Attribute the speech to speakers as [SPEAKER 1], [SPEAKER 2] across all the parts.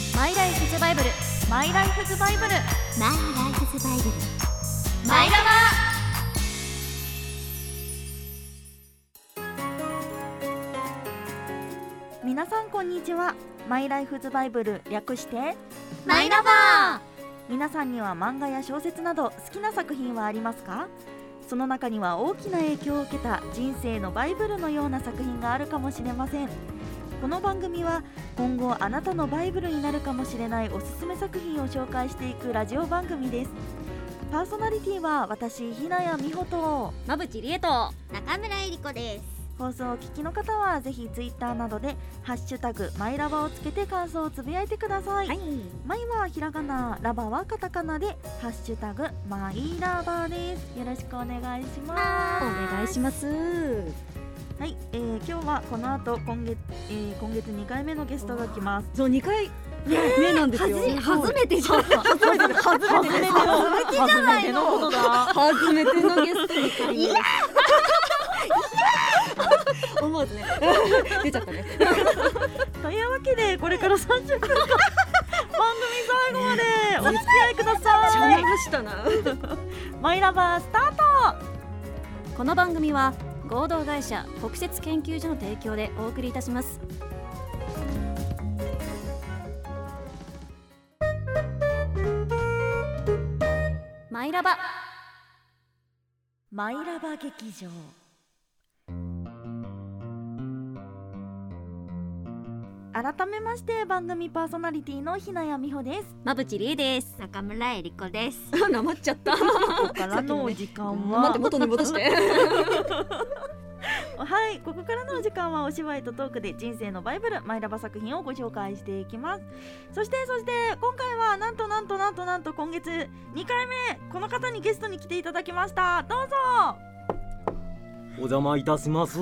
[SPEAKER 1] バイブルマイライフズバイブル
[SPEAKER 2] マイライフズバイブル
[SPEAKER 1] マイラバー皆さんこんにちはマイライフズバイブル略して
[SPEAKER 2] マイラバー
[SPEAKER 1] 皆さんには漫画や小説など好きな作品はありますかその中には大きな影響を受けた人生のバイブルのような作品があるかもしれませんこの番組は今後あなたのバイブルになるかもしれないおすすめ作品を紹介していくラジオ番組ですパーソナリティは私ひなやみほと
[SPEAKER 3] まぶちりえと
[SPEAKER 2] 中村えり子です
[SPEAKER 1] 放送をお聞きの方はぜひツイッターなどで「ハッシュタグマイラバ」をつけて感想をつぶやいてください、
[SPEAKER 3] はい
[SPEAKER 1] マイはひらがな、ラバはカタカナで、ハッシュタグマイラバです。よろしくお願いします。
[SPEAKER 3] お願いします
[SPEAKER 1] はい、えー、今日はこの後今月、えー、今月2回目のゲストが来ます。
[SPEAKER 3] そう二回目なんですよ
[SPEAKER 2] 初めてじゃん
[SPEAKER 1] 初めて初めて初めてのことだ。
[SPEAKER 3] 初めてのゲストに回目
[SPEAKER 2] いや
[SPEAKER 3] 思わずね出ちゃったね
[SPEAKER 1] というわけでこれから30分 間番組最後までお付き合いください。
[SPEAKER 3] ましたな
[SPEAKER 1] マイラバースタート。
[SPEAKER 3] この番組は合同会社国設研究所の提供でお送りいたしますマイラバ
[SPEAKER 1] マイラバ劇場改めまして番組パーソナリティのひなやみほです
[SPEAKER 3] まぶちりえです
[SPEAKER 2] 中村えり子です
[SPEAKER 3] なまっちゃった
[SPEAKER 1] ここからのお時間は、
[SPEAKER 3] 元に戻して
[SPEAKER 1] はいここからのお時間はお芝居とトークで人生のバイブルマイラバ作品をご紹介していきますそしてそして今回はなんとなんとなんとなんと今月2回目この方にゲストに来ていただきましたどうぞ
[SPEAKER 4] お邪魔いたします。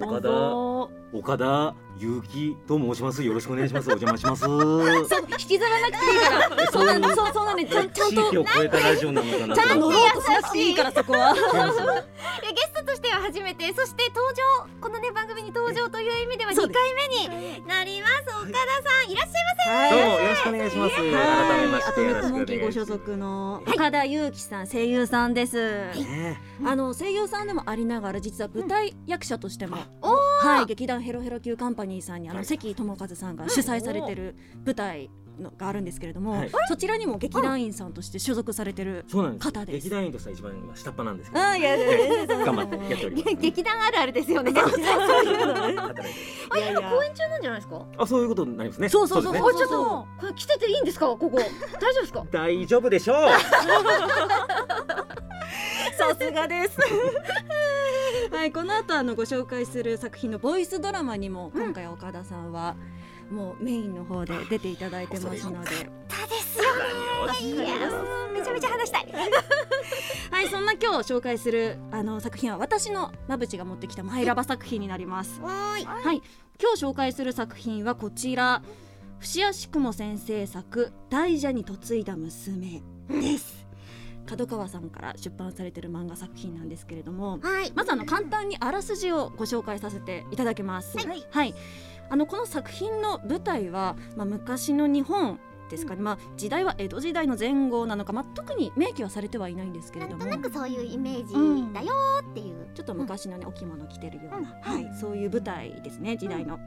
[SPEAKER 4] 岡田
[SPEAKER 1] どうぞ
[SPEAKER 4] 岡田祐希と申します。よろしくお願いします。お邪魔します。
[SPEAKER 3] そう引きずらなくていいから。 そうなの、そうそうなの、ちゃんちゃん
[SPEAKER 4] 地域
[SPEAKER 3] と。
[SPEAKER 4] を超えたラジオなのかな
[SPEAKER 3] ちゃん
[SPEAKER 4] と
[SPEAKER 3] と
[SPEAKER 4] 思
[SPEAKER 3] 乗
[SPEAKER 4] って。
[SPEAKER 3] ろうとしなくていいからそこは。
[SPEAKER 2] いやゲストとしては初めてそして登場このね番組に登場という意味では2
[SPEAKER 3] そう
[SPEAKER 2] 回
[SPEAKER 3] です
[SPEAKER 2] 目になります岡田さんいらっしゃい
[SPEAKER 4] どうもよろしくお願いします。改めましてよろしくお
[SPEAKER 3] モ
[SPEAKER 4] 願
[SPEAKER 3] ン
[SPEAKER 4] い
[SPEAKER 3] キ
[SPEAKER 4] し
[SPEAKER 3] ー
[SPEAKER 4] ます
[SPEAKER 3] ご所。属の岡田裕樹さん、声優さんです。
[SPEAKER 4] ね
[SPEAKER 3] あの声優さんでもありながら、実は舞台役者としても。
[SPEAKER 2] おー
[SPEAKER 3] はい、劇団ヘロヘロ級カンパニーさんに、あ
[SPEAKER 4] は
[SPEAKER 3] の
[SPEAKER 4] い
[SPEAKER 3] 関智一さんが主催されてる舞台。のがあるんですけれども、
[SPEAKER 4] はい
[SPEAKER 3] そちらにも劇団員さんとして所属されてる。
[SPEAKER 4] そうなんです。
[SPEAKER 3] 方で
[SPEAKER 4] 劇
[SPEAKER 3] す
[SPEAKER 4] 団員としては一番今下っ端なんですけど、
[SPEAKER 3] あ、いやいやいや
[SPEAKER 4] 頑張っ てやっておりま。
[SPEAKER 2] ますせん 劇団あるあるですよねあ
[SPEAKER 4] 働いて
[SPEAKER 2] 今公演中なんじゃないですか
[SPEAKER 4] あそういうことになりますね。
[SPEAKER 3] そうそうそう
[SPEAKER 4] です
[SPEAKER 3] そ
[SPEAKER 4] ね
[SPEAKER 3] う
[SPEAKER 2] あちょっとこれ着てていいんですかここ大丈夫ですか
[SPEAKER 4] 大丈夫でしょう。
[SPEAKER 3] さすがです。はい、この後あのご紹介する作品のボイスドラマにも今回岡田さんはもうメインの方で出ていただいてますので、
[SPEAKER 2] たですよ
[SPEAKER 4] 何を
[SPEAKER 2] いやーめちゃめちゃ話したい
[SPEAKER 3] はい、そんな今日紹介するあの作品は私のまぶちが持ってきたマイラバ作品になります。
[SPEAKER 2] わーい
[SPEAKER 3] はい、今日紹介する作品はこちら。伏足雲先生作「大蛇に嫁いだ娘」です角川さんから出版されてる漫画作品なんですけれども、
[SPEAKER 2] はい
[SPEAKER 3] まずあの簡単にあらすじをご紹介させていただきます。
[SPEAKER 1] はい
[SPEAKER 3] あのこの作品の舞台は、まあ、昔の日本ですかね、まあ、時代は江戸時代の前後なのか、まあ、特に明記はされてはいないんですけれ
[SPEAKER 2] なん
[SPEAKER 3] ど
[SPEAKER 2] と
[SPEAKER 3] も
[SPEAKER 2] なくそういうイメージだよーっていう、
[SPEAKER 3] ちょっと昔のね、お着物着てるような、
[SPEAKER 2] うん
[SPEAKER 3] はい、そういう舞台ですね時代の。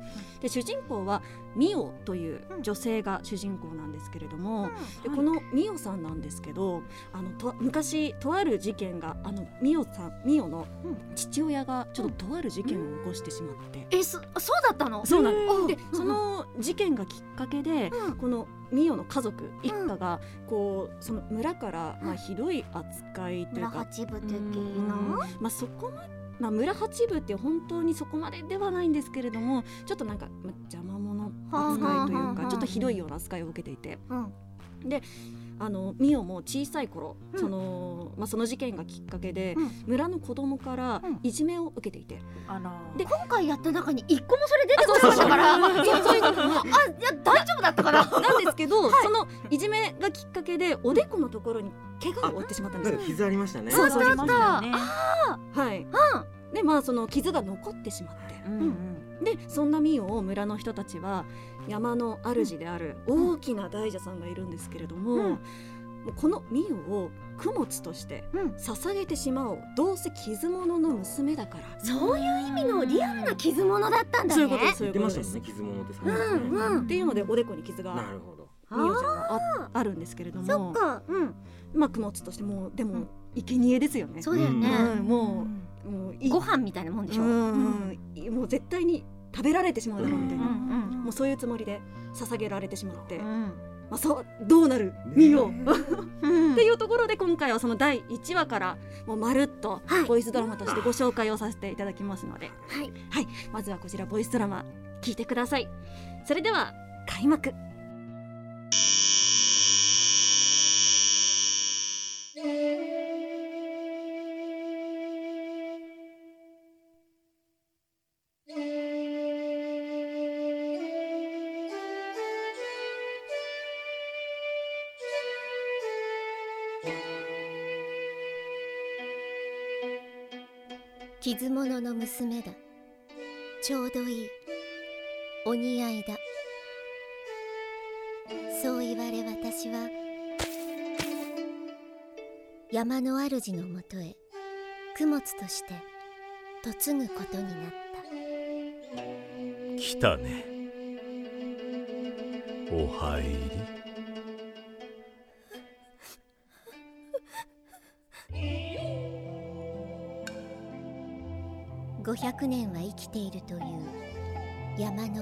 [SPEAKER 3] で主人公は美代という女性が主人公なんですけれども。でこのミオさんなんですけどあのと昔とある事件があのミオさんミオの
[SPEAKER 1] うん
[SPEAKER 3] 父親がちょっととある事件を起こしてしまって、
[SPEAKER 2] えそそうだったの
[SPEAKER 3] そうなん
[SPEAKER 2] うん
[SPEAKER 3] ですでその事件がきっかけで、
[SPEAKER 2] うん
[SPEAKER 3] このミオの家族一家がこうその村から、まあ、ひどい扱いという
[SPEAKER 2] 村
[SPEAKER 3] か、
[SPEAKER 2] 八分
[SPEAKER 3] う
[SPEAKER 2] 的
[SPEAKER 3] ん
[SPEAKER 2] な
[SPEAKER 3] まあ、そこままあ、村八部って本当にそこまでではないんですけれどもちょっとなんか、まあ、邪魔者扱いと
[SPEAKER 2] はあ
[SPEAKER 3] い
[SPEAKER 2] は
[SPEAKER 3] う
[SPEAKER 2] あは
[SPEAKER 3] か
[SPEAKER 2] あ
[SPEAKER 3] ちょっとひどいような扱いを受けていて
[SPEAKER 2] うん
[SPEAKER 3] あのミオも小さい頃、
[SPEAKER 1] うん
[SPEAKER 3] そのまあその事件がきっかけで、
[SPEAKER 2] うん
[SPEAKER 3] 村の子供から
[SPEAKER 1] うん
[SPEAKER 3] いじめを受けていて、
[SPEAKER 1] あら
[SPEAKER 3] で
[SPEAKER 2] 今回やった中に一個もそれ出てこなかったから
[SPEAKER 3] あそうそうそ う
[SPEAKER 2] そういうのあいや大丈夫だったかな
[SPEAKER 3] なんですけど、そのいじめがきっかけでおでこのところに怪我を負ってしまったんで
[SPEAKER 4] な
[SPEAKER 3] す
[SPEAKER 4] ん
[SPEAKER 3] よ
[SPEAKER 4] か。傷ありましたね。
[SPEAKER 3] そうそう
[SPEAKER 1] ありましたよね
[SPEAKER 3] はい。でまあその傷が残ってしまって、
[SPEAKER 1] うんうん
[SPEAKER 3] でそんなミオを村の人たちは山の主である大きな大蛇さんがいるんですけれども、
[SPEAKER 1] うん
[SPEAKER 3] もうこのミオを供物として
[SPEAKER 1] うん
[SPEAKER 3] 捧げてしまおうどうせ傷物の娘だから
[SPEAKER 2] そういう意味のリアルな傷物だったんだ
[SPEAKER 3] そうい
[SPEAKER 2] ね
[SPEAKER 3] うことですそうい
[SPEAKER 4] 言っ
[SPEAKER 3] う
[SPEAKER 4] て
[SPEAKER 3] こ
[SPEAKER 4] ま
[SPEAKER 3] と
[SPEAKER 4] したも
[SPEAKER 3] で
[SPEAKER 4] ん
[SPEAKER 3] す。
[SPEAKER 4] ね
[SPEAKER 3] っ
[SPEAKER 4] 傷物ってさ、
[SPEAKER 2] うんうん
[SPEAKER 3] ていうのでおでこに傷が
[SPEAKER 4] なるほど
[SPEAKER 3] ミオちゃんがあ
[SPEAKER 2] あ
[SPEAKER 3] あるんですけれど
[SPEAKER 2] ーそっ
[SPEAKER 3] も
[SPEAKER 2] かうん
[SPEAKER 3] まあ供物としてもうで
[SPEAKER 1] う
[SPEAKER 3] も
[SPEAKER 1] ん
[SPEAKER 3] 生贄ですよね。
[SPEAKER 2] そうだよね、
[SPEAKER 3] うんもうもうい
[SPEAKER 2] ご飯みたいなもんでしょ、
[SPEAKER 3] うんうんもう絶対に食べられてしまうだろうみたいな、
[SPEAKER 1] うん
[SPEAKER 3] もうそういうつもりで捧げられてしまって、
[SPEAKER 1] う
[SPEAKER 3] ま
[SPEAKER 1] ん
[SPEAKER 3] あそうどうなる見よう、
[SPEAKER 4] ね
[SPEAKER 3] っていうところで今回はその第1話からもうまるっと
[SPEAKER 2] はい
[SPEAKER 3] ボイスドラマとしてご紹介をさせていただきますので、
[SPEAKER 2] はい
[SPEAKER 3] まずはこちらボイスドラマ聞いてくださいそれでは開幕
[SPEAKER 5] 傷物の娘だちょうどいいお似合いだそう言われ私は山の主のもとへ供物として嫁ぐことになった
[SPEAKER 6] 来たねお入り
[SPEAKER 5] 500年は生きているという山の主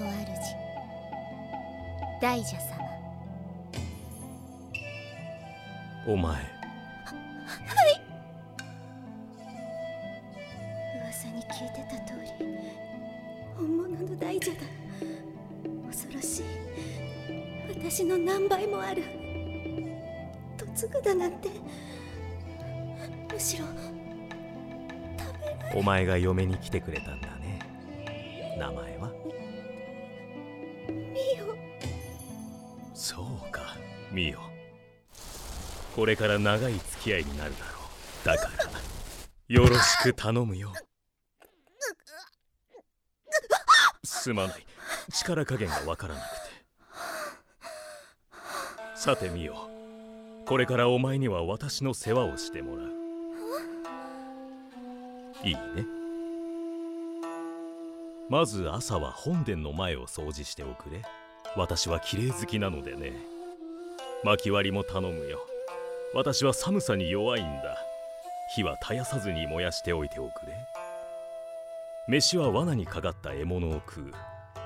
[SPEAKER 5] 大蛇様
[SPEAKER 6] お前
[SPEAKER 5] 噂に聞いてた通り本物の大蛇だ恐ろしい私の何倍もある嫁ぐだなんてむしろ
[SPEAKER 6] お前が嫁に来てくれたんだね名前は
[SPEAKER 5] ミオ
[SPEAKER 6] そうかミよこれから長い付き合いになるだろうだからよろしく頼むよすまない力加減がわからなくてさてミよこれからお前には私の世話をしてもらういいねまず朝は本殿の前を掃除しておくれ私は綺麗好きなのでね薪割りも頼むよ私は寒さに弱いんだ火は絶やさずに燃やしておいておくれ飯は罠にかかった獲物を食う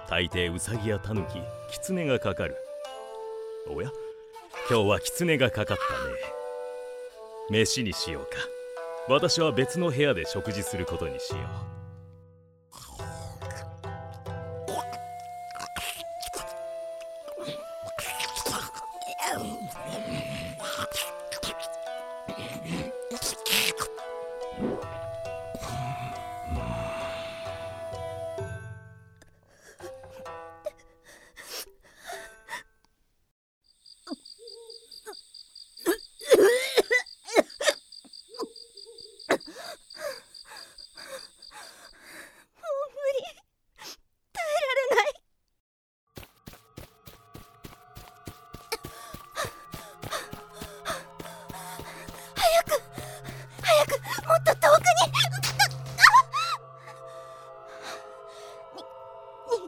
[SPEAKER 6] 大抵ウサギやタヌキキツネがかかるおや今日はキツネがかかったね飯にしようか私は別の部屋で食事することにしよう
[SPEAKER 5] もっと遠くにに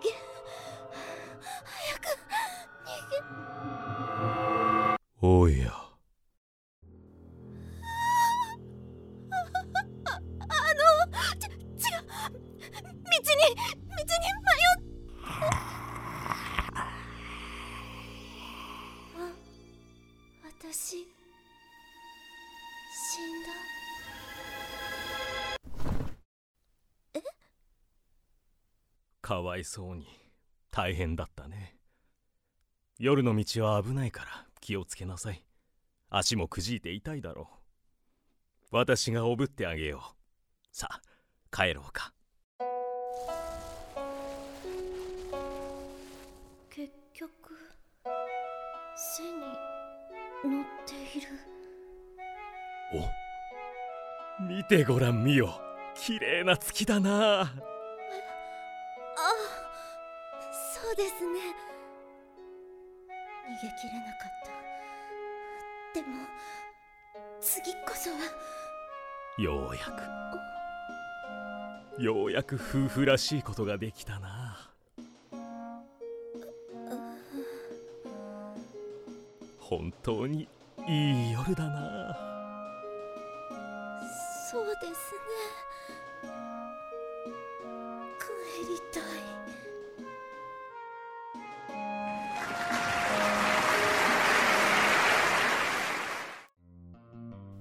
[SPEAKER 5] 逃げ
[SPEAKER 6] おや
[SPEAKER 5] 道に道に迷っあ私死んだ
[SPEAKER 6] かわいそうに大変だったね夜の道は危ないから気をつけなさい足もくじいて痛いだろう私がおぶってあげようさあ帰ろうか
[SPEAKER 5] 結局背に乗っている
[SPEAKER 6] お見てごらんみよ綺麗な月だな
[SPEAKER 5] あですね逃げきれなかったでも次こそは
[SPEAKER 6] ようやくようやく夫婦らしいことができたな本当にいい夜だな
[SPEAKER 5] そうですね帰りたい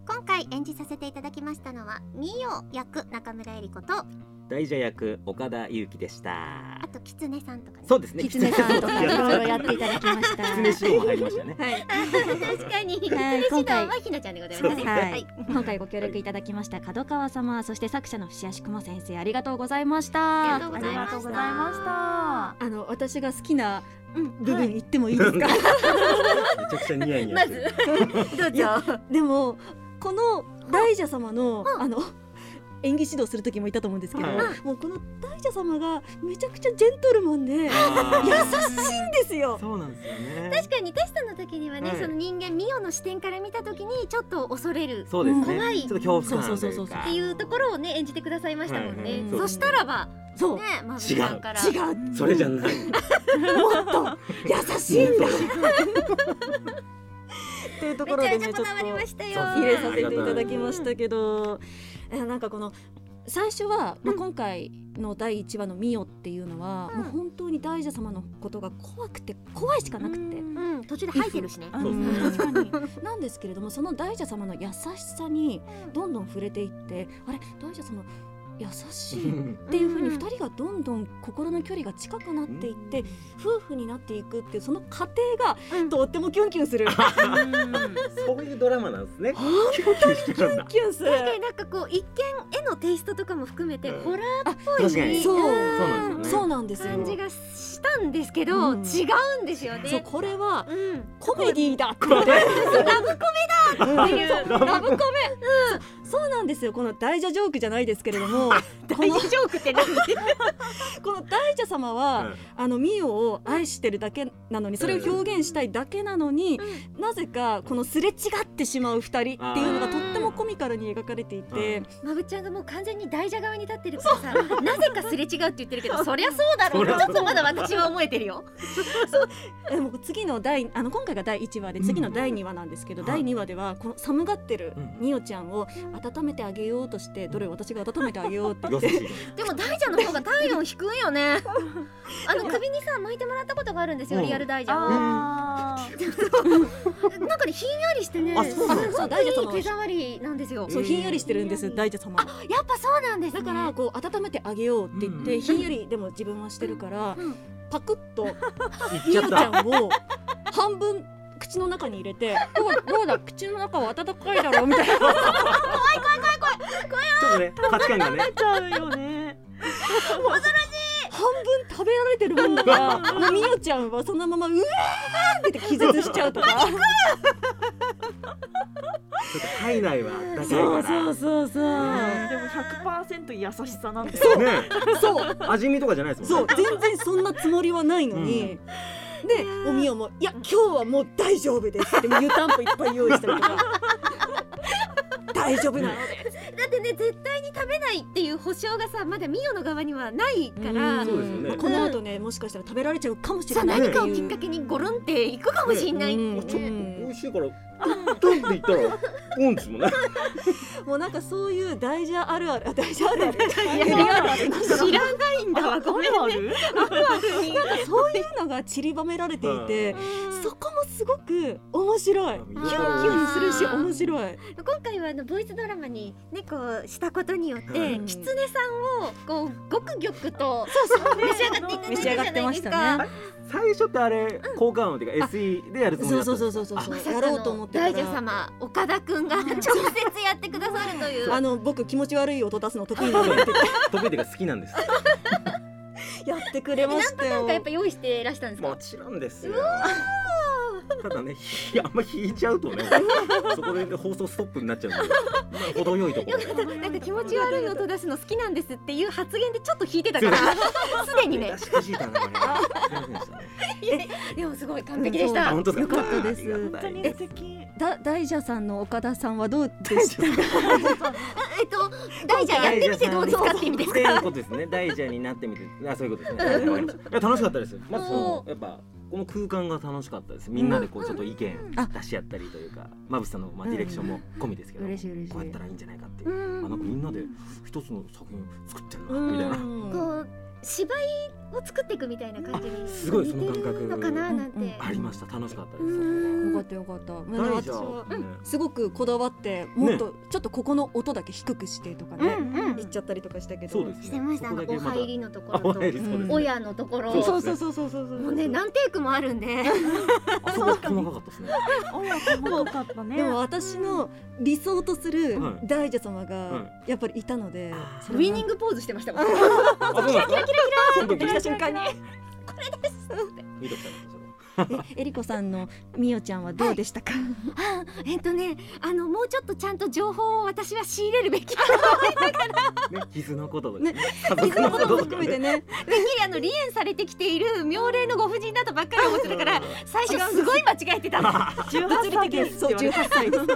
[SPEAKER 7] 今回演じさせていただきましたのはミオ役中村えり子とあ
[SPEAKER 8] 大蛇役岡田裕樹でした
[SPEAKER 7] とキツネさんとかね
[SPEAKER 8] そうですね
[SPEAKER 3] キツネさんとかいろいろやっていただきま した。
[SPEAKER 8] 狐指導も入りましたね
[SPEAKER 3] はい、
[SPEAKER 2] 確かに、
[SPEAKER 3] はい
[SPEAKER 2] 失礼
[SPEAKER 3] 今
[SPEAKER 2] 指導
[SPEAKER 3] 回
[SPEAKER 2] はひなちゃんでございますね。
[SPEAKER 3] はい今回ご協力いただきました角川様、そして作者の伏足雲先生、ありがとうございました。
[SPEAKER 2] ありがとうございま
[SPEAKER 1] ありが
[SPEAKER 2] した
[SPEAKER 1] とうございました。
[SPEAKER 3] あの私が好きな部
[SPEAKER 1] はい
[SPEAKER 3] 分言ってもいいですか、
[SPEAKER 8] めちゃくちゃニヤニヤ
[SPEAKER 2] ますずど
[SPEAKER 8] る、
[SPEAKER 2] う
[SPEAKER 3] いやでもこの大蛇様のあの演技指導する時もいたと思うんですけど、
[SPEAKER 8] はい
[SPEAKER 3] もうこの大蛇様がめちゃくちゃジェントルマンで優しいんですよ
[SPEAKER 8] そうなんですよね
[SPEAKER 2] 確かにテストの時にはね、
[SPEAKER 8] はい
[SPEAKER 2] その人間ミオの視点から見た時にちょっと恐れる
[SPEAKER 8] そうですね、
[SPEAKER 2] 怖い
[SPEAKER 8] ちょっと恐怖感と
[SPEAKER 3] そう
[SPEAKER 8] い
[SPEAKER 3] そうそう
[SPEAKER 8] う
[SPEAKER 3] そう
[SPEAKER 8] か
[SPEAKER 2] っていうところをね演じてくださいましたもんね、
[SPEAKER 8] はい
[SPEAKER 1] はい
[SPEAKER 2] そ
[SPEAKER 1] そう
[SPEAKER 2] したらばね
[SPEAKER 3] そう
[SPEAKER 2] まぶさんから
[SPEAKER 3] 違う
[SPEAKER 8] それじゃない
[SPEAKER 3] もっと優しいんだっていうところで
[SPEAKER 2] め
[SPEAKER 3] ね
[SPEAKER 2] ちゃめちゃこ
[SPEAKER 3] ちょっと
[SPEAKER 2] だわりましたよ
[SPEAKER 3] 入れさせていただきましたけど、えなんかこの最初は、まあ、今回の第1話の「ミオ」っていうのは、もう本当に大蛇様のことが怖くて怖いしかなくて、
[SPEAKER 2] うん途中で吐いてるしね
[SPEAKER 1] う
[SPEAKER 8] そうん
[SPEAKER 3] 確かになんですけれどもその大蛇様の優しさにどんどん触れていってあれ大蛇様優しいっていうふうに
[SPEAKER 2] うん
[SPEAKER 3] 2人がどんどん心の距離が近くなっていって夫婦になっていくっていうその過程が
[SPEAKER 2] うん
[SPEAKER 3] とってもキュンキュンする
[SPEAKER 8] そういうドラマなんですね
[SPEAKER 3] キュンする
[SPEAKER 2] 確かになんかこう一見絵のテイストとかも含めて
[SPEAKER 8] うん
[SPEAKER 2] ホラーっぽ
[SPEAKER 8] 確か
[SPEAKER 2] い
[SPEAKER 8] に
[SPEAKER 3] そう
[SPEAKER 8] そうなんですよ
[SPEAKER 3] そう
[SPEAKER 2] 感じ
[SPEAKER 3] なんですよ
[SPEAKER 8] ね
[SPEAKER 2] がしたんですけど、
[SPEAKER 3] うん
[SPEAKER 2] 違うんですよね
[SPEAKER 3] そうこれは
[SPEAKER 2] うん
[SPEAKER 3] コメディーだってラブコメだっていう
[SPEAKER 2] うん
[SPEAKER 3] ラブコメ、そうそうなんですよこの大蛇ジョークじゃないですけれどもこ
[SPEAKER 2] 大
[SPEAKER 3] の
[SPEAKER 2] 事ジョークって何
[SPEAKER 3] この大蛇様は、あのミオを愛してるだけなのにそれを表現したいだけなのに、なぜかこのすれ違ってしまう二人っていうのがとってもコミカルに描かれていて、
[SPEAKER 2] まぶちゃんがもう完全に大蛇側に立ってるからさ なぜかすれ違うって言ってるけどそりゃそうだろうなちょっとまだ私は思えてるよ
[SPEAKER 3] でも次の第あの今回が第1話で次の第2話なんですけど、
[SPEAKER 8] うん
[SPEAKER 3] 第2話ではこの寒がってる
[SPEAKER 8] うん
[SPEAKER 3] ミオちゃんを温めてあげようとしてどれ私が温めてあげようって言っ。
[SPEAKER 8] 優して い
[SPEAKER 2] でも大蛇の方が体温低いよねあの首にさ巻いてもらったことがあるんですよ
[SPEAKER 8] うん
[SPEAKER 2] リアル大蛇 を
[SPEAKER 1] あー
[SPEAKER 2] なんかねひんやりしてね
[SPEAKER 8] あそうなの
[SPEAKER 3] そう大
[SPEAKER 2] 大
[SPEAKER 3] 蛇
[SPEAKER 2] 蛇
[SPEAKER 3] 様
[SPEAKER 2] の手触りなんですよ
[SPEAKER 3] そうひんやりしてるんです大蛇様
[SPEAKER 2] やっぱそうなんですね
[SPEAKER 3] だからこう温めてあげようって言って、
[SPEAKER 8] うん
[SPEAKER 3] ひんやりでも自分はしてるから、
[SPEAKER 2] うん
[SPEAKER 3] パクッ と
[SPEAKER 8] っ
[SPEAKER 3] み
[SPEAKER 8] ち
[SPEAKER 3] ゆ
[SPEAKER 8] ゃっ
[SPEAKER 3] ち
[SPEAKER 8] た
[SPEAKER 3] ゃんを半分口の中に入れて「どうどうだ口の中は温かいだろ」みたい な
[SPEAKER 8] ちょっとね価値観がね
[SPEAKER 1] ちゃうよね。
[SPEAKER 3] 半分食べられてるもんだから もうみゆちゃんはそのまま「うわー!」って言って気絶しちゃうとか
[SPEAKER 8] ちょっと体内はだけ
[SPEAKER 3] そう
[SPEAKER 8] だか
[SPEAKER 3] そう
[SPEAKER 8] ら
[SPEAKER 3] そうそう
[SPEAKER 1] でも100%優しさなんです。
[SPEAKER 8] ね
[SPEAKER 3] そう
[SPEAKER 8] 味見とかじゃないですも
[SPEAKER 3] そ
[SPEAKER 8] ん
[SPEAKER 3] う
[SPEAKER 8] ね
[SPEAKER 3] 全然そんなつもりはないのに。で、おみおも「いや今日はもう大丈夫です」ってもう湯たんぽいっぱい用意したり とか「大丈夫なの
[SPEAKER 2] だってね絶対に食べないっていう保証がさまだミオの側にはないから
[SPEAKER 3] ん
[SPEAKER 8] そうですよね
[SPEAKER 3] まあこの後ねもしかしたら食べられちゃうかもしれない
[SPEAKER 2] 何
[SPEAKER 8] 何
[SPEAKER 2] か
[SPEAKER 8] か
[SPEAKER 2] を
[SPEAKER 8] を
[SPEAKER 2] きっかけにゴロンっていくかもしれない、
[SPEAKER 3] うん
[SPEAKER 8] もうちょっと
[SPEAKER 3] う
[SPEAKER 8] 美
[SPEAKER 3] ん
[SPEAKER 8] 味しいからドンって言ったらうんですもんね
[SPEAKER 3] もうなんかそういう大事あるあるあ大事あるある
[SPEAKER 1] いや
[SPEAKER 3] リアルある
[SPEAKER 2] 知らないんだわごめん
[SPEAKER 1] ある
[SPEAKER 3] なんかそういうのが散りばめられていて、そこもすごく面白い。キュンキュンするし面白い。
[SPEAKER 2] 今回はあのボイスドラマにねこうしたことによっ
[SPEAKER 8] は
[SPEAKER 2] て、
[SPEAKER 3] い
[SPEAKER 2] キツネさんをこうごくぎょくと召し上がっていただいた
[SPEAKER 3] 召し
[SPEAKER 2] じゃ
[SPEAKER 3] 上が
[SPEAKER 2] な
[SPEAKER 3] っ
[SPEAKER 2] い
[SPEAKER 3] てま
[SPEAKER 2] です
[SPEAKER 3] し
[SPEAKER 2] か。
[SPEAKER 3] たね。
[SPEAKER 8] 最初ってあれ効果音っていうか SE でやるつもり
[SPEAKER 3] そ
[SPEAKER 8] だ
[SPEAKER 3] うそう
[SPEAKER 8] った
[SPEAKER 3] そううそうそう
[SPEAKER 2] ま
[SPEAKER 8] あ
[SPEAKER 2] さかの
[SPEAKER 3] やろうと思ってた
[SPEAKER 2] 大蛇
[SPEAKER 3] ら。
[SPEAKER 2] 様岡田くんが直接やってくださるという
[SPEAKER 3] あの僕気持ち悪い音出すの得意なので
[SPEAKER 8] 得意というか好きなんです
[SPEAKER 3] やってくれました
[SPEAKER 2] なん
[SPEAKER 3] よ
[SPEAKER 2] か。やっぱ用意してらしたんです
[SPEAKER 8] も
[SPEAKER 2] か
[SPEAKER 8] ちろんですよただねひあんま引いちゃ うとねそこで放送ストップになっちゃうんで、まあ、程よいところ
[SPEAKER 2] よかったなんか気持ち悪い音出すの好きなんですっていう発言でちょっと引いてたからすでにね
[SPEAKER 8] 出しくじいたなこれすいませんでしたね
[SPEAKER 2] でもすごい完璧でした
[SPEAKER 8] あ本当ですか
[SPEAKER 3] よかったです
[SPEAKER 8] ありが
[SPEAKER 1] 本
[SPEAKER 8] た
[SPEAKER 1] 当
[SPEAKER 8] い
[SPEAKER 1] に素敵
[SPEAKER 3] だ大蛇さんの岡田さんはどうでしたか
[SPEAKER 7] えっと大蛇や
[SPEAKER 8] 大
[SPEAKER 7] って
[SPEAKER 8] 蛇
[SPEAKER 7] みてどうですかって意味です
[SPEAKER 8] っていう
[SPEAKER 7] か
[SPEAKER 8] ことですね。大蛇になってみて、あ、そういうことですね。はいわかりましたいや楽しかったです。まずその、やっぱ。この空間が楽しかったです。みんなでこうちょっと意見
[SPEAKER 3] あ
[SPEAKER 8] 出し合ったりというか、まぶしさんのまあディレクションも込みですけど、
[SPEAKER 3] 嬉しい嬉しい
[SPEAKER 8] こうやったらいいんじゃないかっていうう。あ
[SPEAKER 2] ん
[SPEAKER 8] なんかみんなで一つの作品作ってるなみたいな。
[SPEAKER 2] こう芝居を作っていくみたいな感じに
[SPEAKER 8] すごいその
[SPEAKER 2] 似て
[SPEAKER 8] 感覚
[SPEAKER 2] るのかななん
[SPEAKER 3] うんうん
[SPEAKER 2] て
[SPEAKER 8] ありました。楽しかったで
[SPEAKER 2] う
[SPEAKER 8] す。
[SPEAKER 2] ん
[SPEAKER 3] よか
[SPEAKER 8] そこ
[SPEAKER 3] ったよかった。
[SPEAKER 8] は
[SPEAKER 3] まあ
[SPEAKER 8] 大
[SPEAKER 3] 私は
[SPEAKER 8] 蛇ね。
[SPEAKER 3] すごくこだわってもっとちょっとここの音だけ低くしてとかね、
[SPEAKER 2] うん
[SPEAKER 3] 言っちゃったりとかしたけど
[SPEAKER 8] そうです
[SPEAKER 7] し
[SPEAKER 8] ね
[SPEAKER 7] て。ました
[SPEAKER 8] そこだけ
[SPEAKER 2] お
[SPEAKER 8] ま
[SPEAKER 2] 入
[SPEAKER 8] た。
[SPEAKER 2] りのとこ
[SPEAKER 8] あ、お
[SPEAKER 2] ろと
[SPEAKER 8] 入りそうですね。
[SPEAKER 2] 親のところ
[SPEAKER 3] そ
[SPEAKER 8] そうう
[SPEAKER 3] そ
[SPEAKER 8] そうう
[SPEAKER 3] そうそうそうそう
[SPEAKER 2] もうね何テイクもあるんで
[SPEAKER 8] あそこ細かかったですね。
[SPEAKER 1] 音楽も良かったね
[SPEAKER 3] でも私の理想とする
[SPEAKER 8] はい
[SPEAKER 3] 大蛇様
[SPEAKER 8] は
[SPEAKER 3] がやっぱりいたので、
[SPEAKER 8] あー
[SPEAKER 3] そ
[SPEAKER 2] ウ
[SPEAKER 3] れは
[SPEAKER 2] ィニングポーズしてましたもん
[SPEAKER 8] あ、そうなんですか。その時
[SPEAKER 3] 出てきた瞬間に
[SPEAKER 8] 見てきたんですよ。
[SPEAKER 3] ええりこさんのみおちゃんはどうでしたか、
[SPEAKER 2] あ えっとねあのもうちょっとちゃんと情報を私は仕入れるべき てっ
[SPEAKER 8] ね、傷のこととか
[SPEAKER 3] ね
[SPEAKER 8] ね。
[SPEAKER 3] 水のことも含めてね
[SPEAKER 2] きりあの離縁されてきている妙齢のご婦人だとばっかり思ってた から最初すごい間違えてたの
[SPEAKER 1] 18歳ですって
[SPEAKER 3] そう
[SPEAKER 1] 言われ
[SPEAKER 3] 18
[SPEAKER 1] て
[SPEAKER 3] 歳ですそう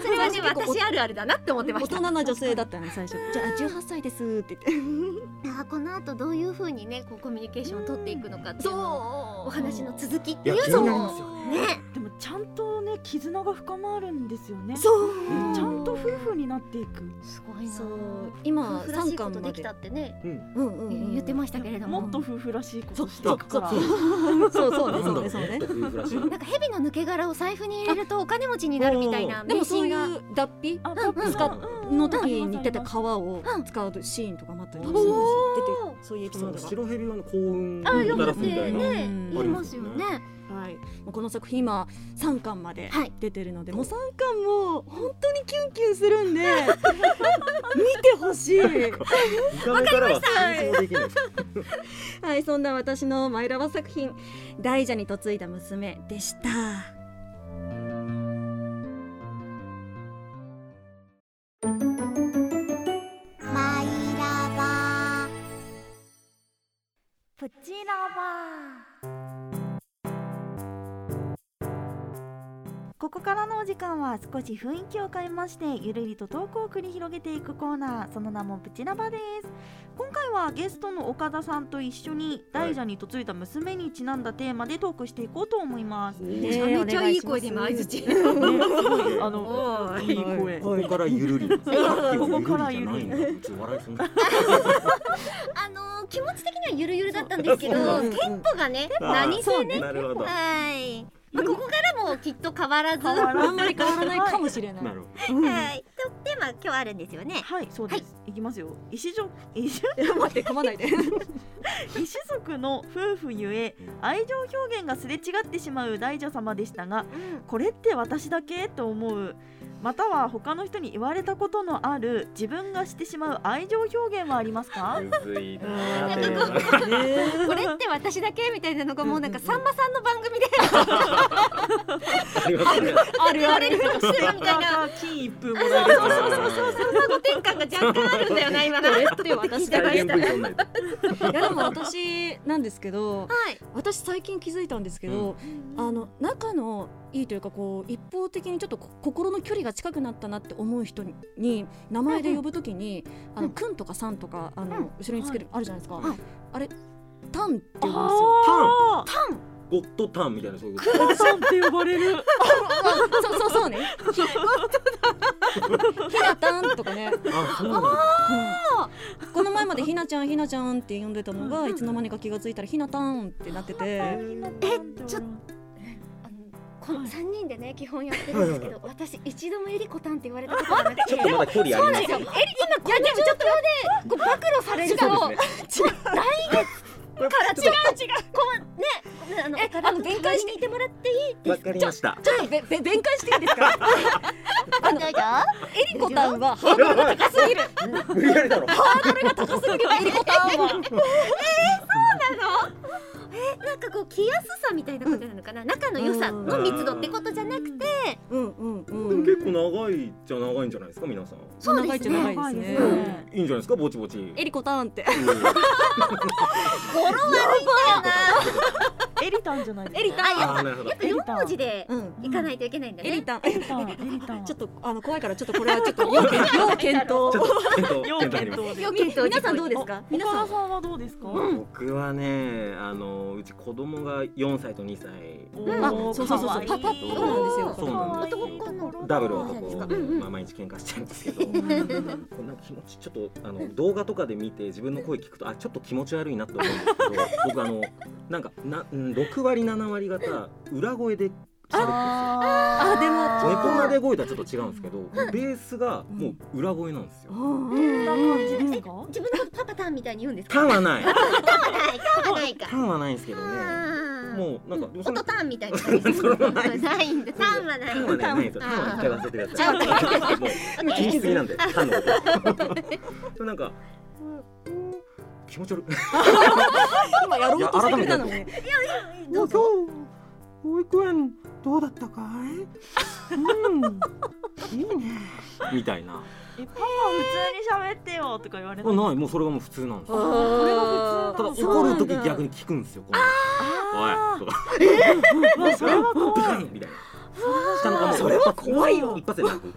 [SPEAKER 2] それはね
[SPEAKER 3] 最初結構
[SPEAKER 2] 私あるあるだなって思ってま
[SPEAKER 3] 大
[SPEAKER 2] した
[SPEAKER 3] 人な女性だったのね最初じゃあ18歳ですって言って
[SPEAKER 7] あーこの後どういう風にねこうコミュニケーションを取っていくのかっていうのを
[SPEAKER 2] そ
[SPEAKER 7] お話の続きって
[SPEAKER 8] い
[SPEAKER 7] い
[SPEAKER 8] や
[SPEAKER 7] う
[SPEAKER 8] 気になり
[SPEAKER 7] の
[SPEAKER 8] ます
[SPEAKER 7] も
[SPEAKER 8] よ
[SPEAKER 7] ね
[SPEAKER 1] でもちゃんとね絆が深まるんですよね
[SPEAKER 3] そう
[SPEAKER 1] ちゃんと夫婦になっていく
[SPEAKER 2] すごいな
[SPEAKER 3] そう
[SPEAKER 2] 夫
[SPEAKER 3] 今
[SPEAKER 2] 婦らし
[SPEAKER 3] 3
[SPEAKER 2] いこ
[SPEAKER 3] 巻
[SPEAKER 2] と
[SPEAKER 3] ま
[SPEAKER 2] でき
[SPEAKER 3] で
[SPEAKER 2] たってね
[SPEAKER 3] うんうんうん
[SPEAKER 2] 言ってましたけれども
[SPEAKER 1] もっと夫婦らしいことしていくから
[SPEAKER 8] そう
[SPEAKER 3] そうそうね
[SPEAKER 8] な
[SPEAKER 3] そ
[SPEAKER 8] ん
[SPEAKER 3] う
[SPEAKER 8] だ
[SPEAKER 3] ねそうね
[SPEAKER 8] ろうね。珍しい。
[SPEAKER 2] なんか蛇の抜け殻を財布に入れるとお金持ちになるみたいな
[SPEAKER 3] でもそうい
[SPEAKER 2] 迷信が
[SPEAKER 3] う脱皮
[SPEAKER 1] あ多分
[SPEAKER 3] 使っの時に
[SPEAKER 1] 似
[SPEAKER 3] 出てた
[SPEAKER 1] か
[SPEAKER 3] 皮を使うシーンとかもあったりとかするんですよ出てそういうエピソードが
[SPEAKER 8] 白蛇は幸運
[SPEAKER 2] あよ
[SPEAKER 8] もた
[SPEAKER 2] く
[SPEAKER 8] らすみた
[SPEAKER 2] て
[SPEAKER 8] いな。
[SPEAKER 2] ね
[SPEAKER 3] うん
[SPEAKER 2] 言いますよね
[SPEAKER 3] はい、もうこの作品今3巻まで
[SPEAKER 7] はい
[SPEAKER 3] 出てるので、もう3巻も本当にキュンキュンするんで 見てほし い
[SPEAKER 8] 見た目からは想像できない。
[SPEAKER 3] はいそんな私のマイラバ作品「大蛇に嫁いだ娘」でした
[SPEAKER 7] マイラバー
[SPEAKER 1] プチラバーここからのお時間は少し雰囲気を変えましてゆるりとトークを繰り広げていくコーナーその名もプチラバです今回はゲストの岡田さんと一緒に大蛇に嫁いだ娘にちなんだテーマでトークしていこうと思います、
[SPEAKER 2] めちゃめちゃいい声で今相づち
[SPEAKER 1] あ
[SPEAKER 2] お
[SPEAKER 1] の
[SPEAKER 2] ー
[SPEAKER 1] いい声
[SPEAKER 8] ここからゆるりなんですね。
[SPEAKER 1] ここからゆるり
[SPEAKER 8] さっきはゆるりじゃないのちょっと笑いそうになっ
[SPEAKER 2] あのー気持ち的にはゆるゆるだったんですけど
[SPEAKER 8] そう
[SPEAKER 3] そう
[SPEAKER 2] テンポがね
[SPEAKER 8] た
[SPEAKER 2] 何せね
[SPEAKER 8] なるほど。な
[SPEAKER 2] はい、まあ、ここからもきっと変わらず
[SPEAKER 1] 変わらず
[SPEAKER 3] あんまり変わらないかもし れない
[SPEAKER 8] るほ
[SPEAKER 7] はいとテーマ今日あるんですよね
[SPEAKER 1] はいそうです、い、きますよ石城石
[SPEAKER 3] 待って噛まないで
[SPEAKER 1] 一族の夫婦ゆえ愛情表現がすれ違ってしまう大女様でしたが、これって私だけと思うまたは他の人に言われたことのある自分がしてしまう愛情表現はありますか
[SPEAKER 8] ど。むずいなー。
[SPEAKER 2] なんか
[SPEAKER 8] テーマ
[SPEAKER 2] これって私だけみたいなのがもうなんかさんまさんの番 組で
[SPEAKER 8] ありますね。
[SPEAKER 3] あるある
[SPEAKER 2] してるみたいな
[SPEAKER 1] な金一風もらえる
[SPEAKER 2] 卵転換が若干あるんだよな今な。
[SPEAKER 3] これって私だ
[SPEAKER 8] 再
[SPEAKER 3] け
[SPEAKER 8] 現 V 撮んないと。
[SPEAKER 3] いやでも私なんですけど
[SPEAKER 2] はい、
[SPEAKER 3] 私最近気づいたんですけど、あの仲のいいというかこう一方的にちょっとこ心の距離が近くなったなって思う人にに名前で呼ぶときに「あのくん」とか「さん」とかあの、後ろにつける、あるじゃないですか、
[SPEAKER 8] はい
[SPEAKER 3] あれ「たん」って言うんですよ。
[SPEAKER 1] あ
[SPEAKER 8] ゴッドタンみたいなそういうこと。
[SPEAKER 1] ーさんって呼ばれる
[SPEAKER 3] あそうそう そうね。ひなたんとかね、
[SPEAKER 8] あ、そうなんだ。
[SPEAKER 3] うんこの前までひなちゃんひなちゃんって呼んでたのがいつの間にか気がついたらひなたんってなってて、
[SPEAKER 1] え
[SPEAKER 2] ちょっあのこの三人でね基本やってるんですけど、私一度もエリコタンって言われたことがなくて、
[SPEAKER 8] ちょっとまだ距離
[SPEAKER 2] そう
[SPEAKER 8] あ
[SPEAKER 2] なん
[SPEAKER 8] り
[SPEAKER 2] です
[SPEAKER 8] ま
[SPEAKER 2] よ。え。
[SPEAKER 8] す
[SPEAKER 2] 今この状況でこう暴露されると、
[SPEAKER 8] そう
[SPEAKER 2] 違う違う
[SPEAKER 8] ですね。
[SPEAKER 2] こうねあのえあの弁解していてもらっていい
[SPEAKER 8] わかりました。
[SPEAKER 3] ちょっとべべ弁解していいですか？あのえりこたんはハードルが高すぎる。
[SPEAKER 8] 無理やりだろ。
[SPEAKER 3] 高すぎるエリコタンは。えー、そうなの？
[SPEAKER 2] なんかこう着やすさみたいなことなのかな、仲の良さの密度ってことじゃなくて、
[SPEAKER 3] うんうんう
[SPEAKER 8] でも
[SPEAKER 3] ん。
[SPEAKER 8] 結構長いじゃ長いんじゃないですか皆さん
[SPEAKER 2] そう
[SPEAKER 3] 長い
[SPEAKER 2] で
[SPEAKER 3] っ
[SPEAKER 2] す
[SPEAKER 3] ちゃ
[SPEAKER 2] ね
[SPEAKER 3] 長いですね。
[SPEAKER 8] いいんじゃないですかぼちぼち
[SPEAKER 3] えりこターンって。
[SPEAKER 2] 語呂悪いんだよな
[SPEAKER 1] エリタンじゃないですか
[SPEAKER 3] エリタン。
[SPEAKER 8] ああなるほど
[SPEAKER 2] 約4文字で
[SPEAKER 3] うん。
[SPEAKER 2] いかないといけないんだ
[SPEAKER 3] エリ
[SPEAKER 2] ね、
[SPEAKER 3] タン。
[SPEAKER 1] エリタンエリタン
[SPEAKER 3] ちょっとあの怖いからちょっとこれはちょっと要検要検
[SPEAKER 8] ちょ
[SPEAKER 3] 討。
[SPEAKER 8] っと検討検討入ります
[SPEAKER 2] 要件と
[SPEAKER 3] 皆さんどうですか？皆
[SPEAKER 1] 皆
[SPEAKER 3] さ
[SPEAKER 1] さん。
[SPEAKER 3] ん
[SPEAKER 1] さんはどうですか、
[SPEAKER 8] 僕はねあのうち子供が4歳と2歳
[SPEAKER 1] うん
[SPEAKER 3] あ、そうそうそう
[SPEAKER 1] かわ
[SPEAKER 3] そ。
[SPEAKER 1] いうい
[SPEAKER 3] パパッとなんですよ。
[SPEAKER 8] そうなんですよダブル男
[SPEAKER 3] そう
[SPEAKER 8] を、
[SPEAKER 3] なんですか
[SPEAKER 8] まあ、毎日喧嘩しちゃうんですけ どこうなんか気持ちちょっとあの動画とかで見て自分の声聞くとあちょっと気持ち悪いなって思うんですけど僕あのなんかなうん6割7割方裏声で喋ってるん
[SPEAKER 3] あ、でも
[SPEAKER 8] ですよ猫なで声とはちょっと違うんですけどベースがもう裏声なんですよ。
[SPEAKER 3] う
[SPEAKER 1] こ
[SPEAKER 3] ん
[SPEAKER 1] んな感じですか、
[SPEAKER 2] 自分のことパパターンみたいに言うんですか
[SPEAKER 8] タンはない
[SPEAKER 2] ないかないか
[SPEAKER 8] タンはないんですけどね
[SPEAKER 2] あー
[SPEAKER 8] もうなんかでもそ
[SPEAKER 2] 音
[SPEAKER 8] の
[SPEAKER 2] ターンみたいな感じ
[SPEAKER 8] それはない
[SPEAKER 2] ないんだターンはない
[SPEAKER 8] タンはねないんですよタンは一回忘れてくださいもう
[SPEAKER 2] オッケ
[SPEAKER 8] 聞
[SPEAKER 2] ー
[SPEAKER 8] きすぎなんで、ファンのこと。でもなんか、気持ち悪い。
[SPEAKER 3] 今やろうとしてくれたのに。
[SPEAKER 2] どうぞ
[SPEAKER 9] 保育園どうだったかい？うん。いいね。
[SPEAKER 8] みたいな。
[SPEAKER 1] えパパ普通に喋ってよとか言われた
[SPEAKER 8] あない、もうそれがもう普通なんですよ。
[SPEAKER 1] これが普
[SPEAKER 8] た
[SPEAKER 1] 通
[SPEAKER 8] だ
[SPEAKER 1] なんだ
[SPEAKER 8] 怒るとき逆に聞くんですよ。この
[SPEAKER 1] あ
[SPEAKER 8] おいとか、
[SPEAKER 1] うわそれは
[SPEAKER 8] で
[SPEAKER 1] 怖
[SPEAKER 8] か
[SPEAKER 1] い
[SPEAKER 8] いみたいな。下の子もそれは怖いよ。一発で泣く。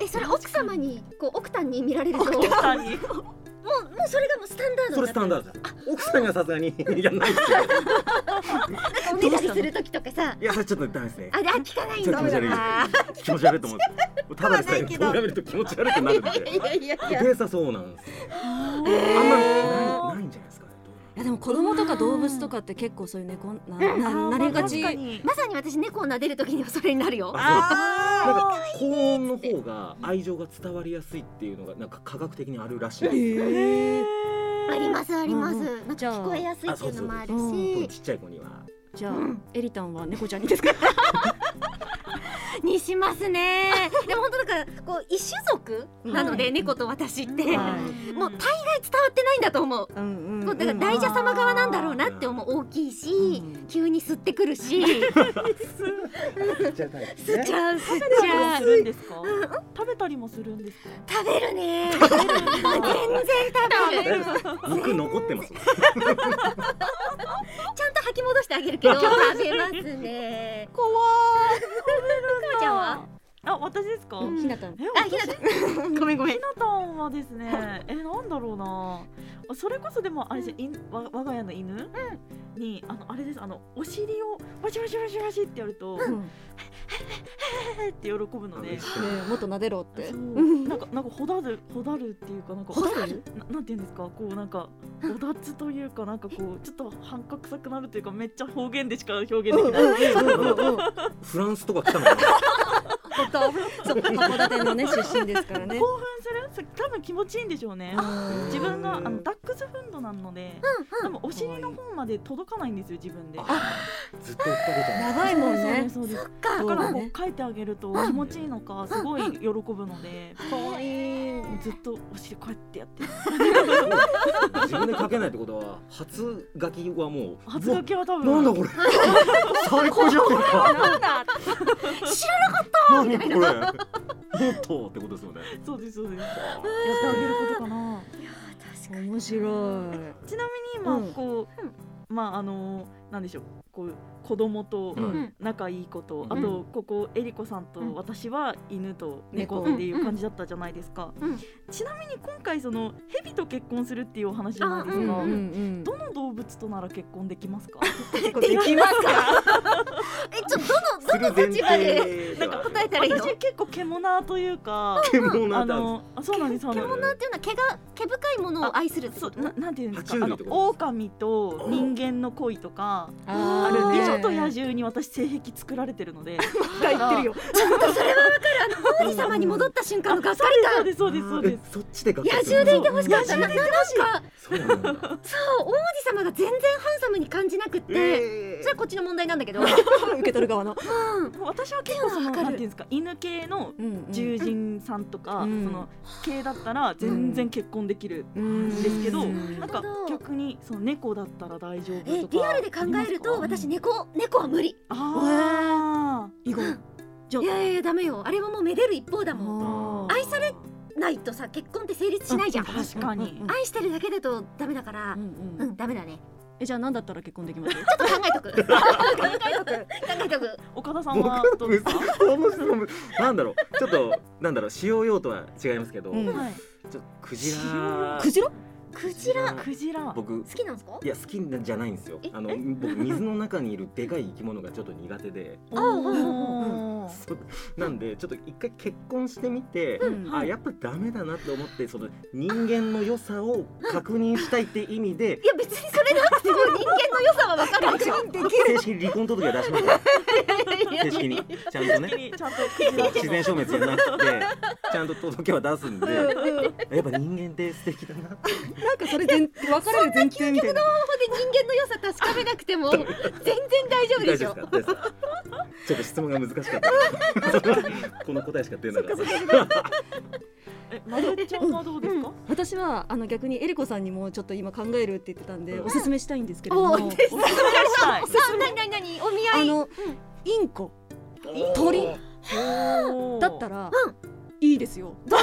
[SPEAKER 2] えそれ奥様にこう奥さんに見られるともうも
[SPEAKER 1] 奥さんに
[SPEAKER 2] うそれがもうスタンダード
[SPEAKER 8] それスタンダードです。奥さんにはさすがにいやないです
[SPEAKER 2] ドおねだりする時とかさ
[SPEAKER 8] けど。いやそれちょっとダメですね
[SPEAKER 2] あ。れあ聞かないん
[SPEAKER 8] ちょっ
[SPEAKER 2] だ
[SPEAKER 8] と気持ち悪い。気持ち悪いと思って。ただでさえ
[SPEAKER 3] 聞か
[SPEAKER 8] こ
[SPEAKER 3] ないう
[SPEAKER 8] やめると気持ち悪くなるんで。
[SPEAKER 2] いやいやいや
[SPEAKER 8] ペーサそうなんですよ。あんまりないないんじゃないですかね。どうなん
[SPEAKER 3] いやでも子供とか動物とかって結構そういう猫な
[SPEAKER 1] あー
[SPEAKER 3] ななりがち。
[SPEAKER 1] まあ確かに
[SPEAKER 2] まさに私猫を撫でる時にはそれになるよ
[SPEAKER 8] あそうなんか高音の方が愛情が伝わりやすいっていうのがなんか科学的にあるらしいんですよ、
[SPEAKER 7] ありますあります、
[SPEAKER 3] うん
[SPEAKER 7] なん
[SPEAKER 3] じ
[SPEAKER 7] か
[SPEAKER 3] ゃあ
[SPEAKER 7] 聞こえやすいっていうのもある
[SPEAKER 3] あそうそう
[SPEAKER 8] 特
[SPEAKER 7] し
[SPEAKER 8] にちっちゃい子には
[SPEAKER 3] じゃあエリタンは猫ちゃんにですか？
[SPEAKER 2] にしますねでも本当なんかこう異種族なので、
[SPEAKER 3] うん
[SPEAKER 2] 猫と私って、も
[SPEAKER 3] は
[SPEAKER 2] う大概伝わってないんだと思う、
[SPEAKER 3] うん
[SPEAKER 2] こうだから大蛇様側なんだろうなって思う大きいし、
[SPEAKER 3] うん
[SPEAKER 2] 急に吸ってくる し
[SPEAKER 8] ちっちゃいタイプ
[SPEAKER 2] 吸っちゃう吸っち
[SPEAKER 1] 食べたりも
[SPEAKER 2] ゃ
[SPEAKER 1] す
[SPEAKER 2] う
[SPEAKER 1] るんですか食べたりもするんですか
[SPEAKER 2] 食べるね全然食べる
[SPEAKER 8] 肉残ってます
[SPEAKER 2] ちゃんと吐き戻してあげるけど食べますね怖いちゃんは
[SPEAKER 1] あ私ですか、
[SPEAKER 3] ひなた
[SPEAKER 1] え
[SPEAKER 2] あひなたごめんごめん
[SPEAKER 1] ひなたんはですね、え、なんだろうな。あそれこそでも、あれじゃ、いん、わ、我が家の犬。に、あの、あれです、あの、お尻を、バシバシバシバシってやると、
[SPEAKER 3] うんね
[SPEAKER 1] へーって喜ぶので。
[SPEAKER 3] えもっと撫でろって
[SPEAKER 1] そう
[SPEAKER 3] うん
[SPEAKER 1] なんか、なんか、ほだる、ほだるっていうか、なんか、
[SPEAKER 3] ほだる
[SPEAKER 1] ななんていうんですか、こう、なんか、おだつというか、なんか、こう、ちょっと、半角臭くなるというか、めっちゃ方言でしか表現できない。
[SPEAKER 8] フランスとか来たのかな
[SPEAKER 3] そう函館のね出身ですからね
[SPEAKER 1] 興奮する、それ多分気持ちいいんでしょうね。自分が、あの、ダックスフンドなので、多分、お尻の方まで届かないんですよ、自分で。
[SPEAKER 8] ずっと追っかけちゃう
[SPEAKER 3] 長いもんね
[SPEAKER 1] そうですそうですだか
[SPEAKER 2] か
[SPEAKER 1] ら
[SPEAKER 3] そうだ
[SPEAKER 1] こ
[SPEAKER 3] ね
[SPEAKER 1] う書いてあげると気持ちいいのかすごい喜ぶので
[SPEAKER 3] 可愛い
[SPEAKER 1] ずっとお尻こうやってやって
[SPEAKER 8] 自分で書けないってことは初書きはもう
[SPEAKER 1] 初書きは多
[SPEAKER 8] うわ
[SPEAKER 1] 分
[SPEAKER 8] なんだこれ最高じゃんこれ
[SPEAKER 2] なんだ
[SPEAKER 8] 何これもっとってことですよね
[SPEAKER 1] そうですそうですやってあげることかな
[SPEAKER 3] 面白
[SPEAKER 1] ちなみに今
[SPEAKER 3] うん
[SPEAKER 1] こうまああのなんでしょうこう子供と
[SPEAKER 8] うん
[SPEAKER 1] 仲いい子と
[SPEAKER 8] ん
[SPEAKER 1] あとここえりこさんと
[SPEAKER 2] うん
[SPEAKER 1] 私は犬と猫
[SPEAKER 3] 猫
[SPEAKER 1] っていう感じだったじゃないですか
[SPEAKER 2] うん
[SPEAKER 1] ちなみに今回そのヘビと結婚するっていうお話じゃないで
[SPEAKER 3] い
[SPEAKER 1] すか
[SPEAKER 3] うんうん
[SPEAKER 1] どの動物となら結婚できますか
[SPEAKER 3] できますか
[SPEAKER 2] えちょどのどの立場で
[SPEAKER 8] 提
[SPEAKER 1] なん
[SPEAKER 8] は
[SPEAKER 1] か
[SPEAKER 8] ある
[SPEAKER 2] 答えたらいいの
[SPEAKER 1] 私結構獣というか
[SPEAKER 8] 獣な
[SPEAKER 1] あ
[SPEAKER 8] んてあるんで
[SPEAKER 1] のあそうなんですそうなんです
[SPEAKER 8] すか
[SPEAKER 2] っていうのは毛が毛深いものを愛するって
[SPEAKER 1] そ
[SPEAKER 2] こ
[SPEAKER 1] う
[SPEAKER 2] と
[SPEAKER 1] ななんていうんですか
[SPEAKER 8] 爬
[SPEAKER 1] あ
[SPEAKER 8] 虫類
[SPEAKER 1] の
[SPEAKER 8] ってことですか
[SPEAKER 1] 狼と人間の恋とかあ
[SPEAKER 3] あ
[SPEAKER 1] る
[SPEAKER 3] ね
[SPEAKER 1] 美女と野獣に私性癖作られてる ので
[SPEAKER 3] 言ってるよ
[SPEAKER 2] 王子様に戻った瞬間のがっか
[SPEAKER 1] そう
[SPEAKER 2] り
[SPEAKER 1] ですそうですそうで
[SPEAKER 8] え
[SPEAKER 1] す
[SPEAKER 8] そっちで学
[SPEAKER 2] 感野
[SPEAKER 8] 校す
[SPEAKER 2] 獣
[SPEAKER 8] る
[SPEAKER 2] でいてほしかったななんか
[SPEAKER 8] そうなんだ
[SPEAKER 2] そう王子様が全然ハンサムに感じなくって、
[SPEAKER 8] え
[SPEAKER 2] それはこっちの問題なんだけ ど
[SPEAKER 3] 受け取る側の、
[SPEAKER 1] 私は結構その
[SPEAKER 2] かる
[SPEAKER 1] なんていうんですか犬系の
[SPEAKER 3] うん
[SPEAKER 1] 獣人さんとか、
[SPEAKER 3] うん
[SPEAKER 1] その系だったら全然結婚できる
[SPEAKER 3] うん
[SPEAKER 1] んですけど、
[SPEAKER 3] うん
[SPEAKER 1] なんか
[SPEAKER 2] なるほど
[SPEAKER 1] 逆にその猫だったら大丈夫
[SPEAKER 2] え
[SPEAKER 1] とか
[SPEAKER 2] リアルで考えると
[SPEAKER 1] あります
[SPEAKER 2] 私
[SPEAKER 1] か
[SPEAKER 2] 猫猫は無理
[SPEAKER 1] あ
[SPEAKER 3] 意外じゃ
[SPEAKER 2] いやいやダメよあれはもうめでる一方だもん
[SPEAKER 3] あ
[SPEAKER 2] 愛されないとさ結婚って成立しないじゃん
[SPEAKER 1] ー確かに、
[SPEAKER 2] 愛してるだけだとダメだか
[SPEAKER 3] あ
[SPEAKER 2] ら
[SPEAKER 3] う
[SPEAKER 2] うん
[SPEAKER 3] うん
[SPEAKER 2] んダメだね
[SPEAKER 3] えじゃあ何だったら結婚できます
[SPEAKER 2] ちょっと考えとく 考えとく考えとく
[SPEAKER 1] 岡田さん
[SPEAKER 8] 僕
[SPEAKER 1] は
[SPEAKER 8] は
[SPEAKER 1] どうですか
[SPEAKER 8] なんだろうちょっとなんだろう使用用途は違いますけど、
[SPEAKER 3] うん
[SPEAKER 1] はい
[SPEAKER 8] ちょっとクジラ
[SPEAKER 3] クジラ
[SPEAKER 2] クジラ
[SPEAKER 8] ク
[SPEAKER 1] クジラ
[SPEAKER 8] 僕
[SPEAKER 2] 好きなんですか
[SPEAKER 8] いや好きじゃないんですよ
[SPEAKER 2] え
[SPEAKER 8] あの僕水の中にいるでかい生き物がちょっと苦手で
[SPEAKER 1] あー
[SPEAKER 8] そうなんでちょっと一回結婚してみて、
[SPEAKER 3] うん
[SPEAKER 8] あやっぱダメだなと思ってその人間の良さを確認したいって意味で
[SPEAKER 2] いや別にそれなくても人間の良さはわかるでしょ
[SPEAKER 8] 正式に離婚届は出しました正式にちゃんとね
[SPEAKER 1] ちゃんとクジラ
[SPEAKER 8] 自然消滅じゃなくてちゃんと届けは出すんでやっぱ人間って素敵だなって
[SPEAKER 3] なんかそれ全分かれる前提みたいな
[SPEAKER 2] で人間の良さ確かめなくても全然大丈夫でしょ
[SPEAKER 8] 大丈夫ですかちょっと質問が難しかったこの答えしか出なかった
[SPEAKER 1] えマドちゃんはどうですか、
[SPEAKER 3] 私はあの逆にエリコさんにもちょっと今考えるって言ってたんで、おすすめしたいんですけれど
[SPEAKER 2] お
[SPEAKER 3] も、
[SPEAKER 2] おで
[SPEAKER 1] おすすめしたい
[SPEAKER 2] さあ何何何お見合
[SPEAKER 3] あ
[SPEAKER 2] い
[SPEAKER 3] の、インコ鳥だったら、いいですよ。
[SPEAKER 2] ど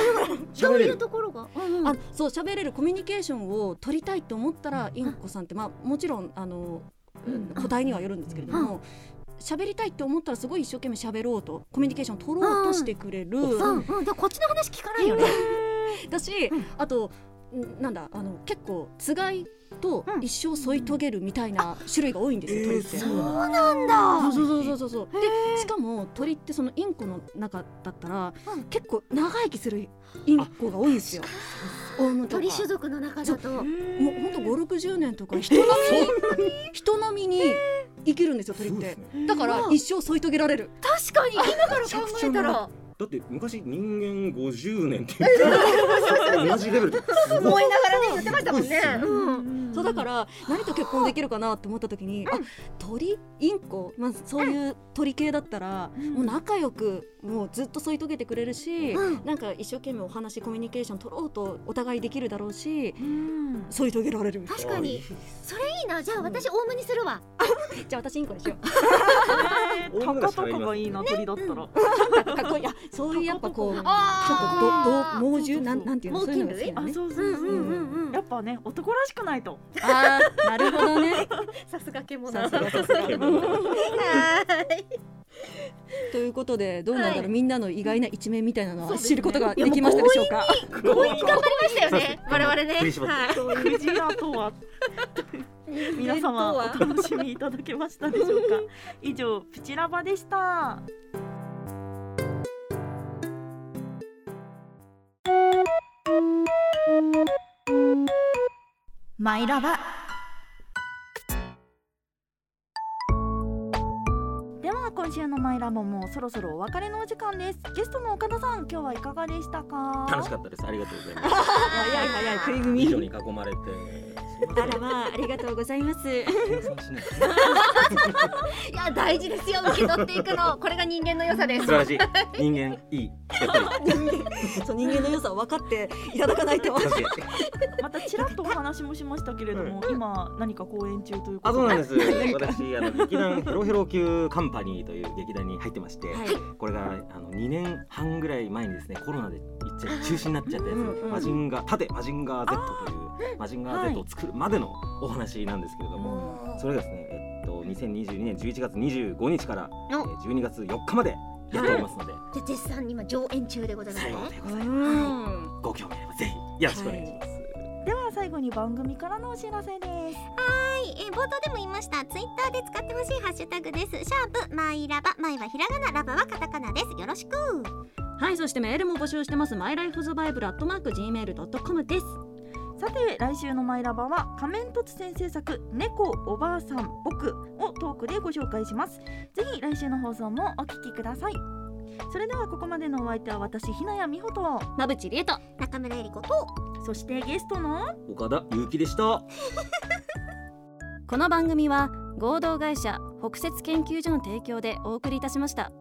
[SPEAKER 8] 喋
[SPEAKER 2] う
[SPEAKER 8] れ
[SPEAKER 2] い
[SPEAKER 8] る
[SPEAKER 2] うところが
[SPEAKER 3] あそう喋れるコミュニケーションを取りたいと思ったら、インコさんってまあもちろんあの、答えにはよるんですけれども。喋りたいって思ったらすごい一生懸命喋ろうとコミュニケーション取ろうとしてくれる
[SPEAKER 2] うんうんでこっちの話聞かないよね
[SPEAKER 3] だし、あとんなんだあの結構つがいと一生添い遂げるみたいな種類が多いんですよ、鳥って。
[SPEAKER 2] そうなんだ
[SPEAKER 3] そうそうそうそうそうでしかも鳥ってそのインコの中だったら、結構長生きするインコが多いんですよ。オウムとか
[SPEAKER 2] 鳥種族の中だと
[SPEAKER 3] もう本当五六十年とか人並 みに人並みに生きるんですよ鳥って。だから一生添い遂げられる。
[SPEAKER 2] 確かに今から考えたら
[SPEAKER 8] だって昔人間50年って言ってた同じレベルですご
[SPEAKER 2] 思
[SPEAKER 8] い
[SPEAKER 2] いながらね言ってましたもんね
[SPEAKER 8] すごいっすよ
[SPEAKER 2] うん
[SPEAKER 3] そうだから何と結婚できるかなと思った時に、あ鳥インコ、まあ、そういう鳥系だったら、もう仲良くもうずっと添い遂げてくれるし、
[SPEAKER 2] うん
[SPEAKER 3] なんか一生懸命お話コミュニケーション取ろうとお互いできるだろうし、添い遂げられるみたい
[SPEAKER 2] 確かにそれいいなじゃあ私オウムにするわ
[SPEAKER 3] なじゃあ私インコにしよ
[SPEAKER 1] えータカタカがいいな鳥だったら、
[SPEAKER 3] う かっこいいあそういうやっぱこうちょっと
[SPEAKER 2] あ
[SPEAKER 3] どど猛
[SPEAKER 1] そうそうそ
[SPEAKER 3] 獣
[SPEAKER 1] う
[SPEAKER 3] なんなんていうの
[SPEAKER 2] 猛
[SPEAKER 3] そう
[SPEAKER 2] 禽
[SPEAKER 3] いう
[SPEAKER 2] 類
[SPEAKER 1] あ
[SPEAKER 3] のが好きなのね
[SPEAKER 1] そうそう
[SPEAKER 2] う
[SPEAKER 1] そう、
[SPEAKER 2] んうんうんう
[SPEAKER 1] や
[SPEAKER 2] ん
[SPEAKER 1] っぱね男らしくないと
[SPEAKER 3] あーなるほど ね
[SPEAKER 2] さすが獣
[SPEAKER 3] さすがさす
[SPEAKER 8] けど
[SPEAKER 2] はい
[SPEAKER 3] ということでどうなんだろう、みんなの意外な一面みたいなの
[SPEAKER 1] そう
[SPEAKER 3] は
[SPEAKER 1] ですね
[SPEAKER 3] 知ることができましたでしょうか
[SPEAKER 2] 強引に頑張りましたよね我々ね
[SPEAKER 8] クリスマス
[SPEAKER 2] はい
[SPEAKER 1] クジラとは皆様お楽しみいただけましたでしょうか以上プチラバでしたマイラバでは今週のマイラボもそろそろお別れのお時間ですゲストの岡田さん今日はいかがでしたか
[SPEAKER 8] 楽しかったですありがとうございます
[SPEAKER 3] 早い早い食い
[SPEAKER 8] 以上
[SPEAKER 3] 組
[SPEAKER 8] に囲まれて
[SPEAKER 3] あらまあありがとうございます
[SPEAKER 8] 計算しない
[SPEAKER 2] いや大事ですよ受け取っていく のこれが人間の良さ です
[SPEAKER 8] 素晴らしい人間いいやっぱり
[SPEAKER 3] そう人間の良さを分かっていただかないと
[SPEAKER 8] 確かに
[SPEAKER 1] またちらっとお話もしましたけれども、今何か公演中ということ
[SPEAKER 8] あそうなんです私あの劇団ヘロヘロ級カンパニーという劇団に入ってまして、これがあの2年半ぐらい前にですねコロナで一応中止になっちゃったやつ、
[SPEAKER 3] うんうん
[SPEAKER 8] マジンガー縦マジンガー Z というマジンガー Z を作るまでのお話なんですけれども、それがですねえっと2022年11月25日から、えー12月4日までやっておりますので、
[SPEAKER 2] じゃあ絶賛今上演中でございます
[SPEAKER 8] 最
[SPEAKER 2] ね
[SPEAKER 8] 後でございます、
[SPEAKER 3] うん
[SPEAKER 8] ご興味あればぜひよろしくお願いします、
[SPEAKER 1] では最後に番組からのお知らせです
[SPEAKER 7] はい、えー冒頭でも言いましたツイッターで使ってほしいハッシュタグですシャープマイラバマイはひらがなラバはカタカナですよろしく
[SPEAKER 3] はい、そしてメールも募集してます。マイライフズバイブルアットマーク gmail ドットコムです。
[SPEAKER 1] さて来週のマイラバは仮面凸先制作猫おばあさん僕をトークでご紹介しますぜひ来週の放送もお聞きくださいそれではここまでのお相手は私ひなやみほと
[SPEAKER 3] まぶちりえと。
[SPEAKER 7] 中村えり子と
[SPEAKER 1] そしてゲストの
[SPEAKER 8] 岡田ゆうきでした
[SPEAKER 3] この番組は合同会社北雪研究所の提供でお送りいたしました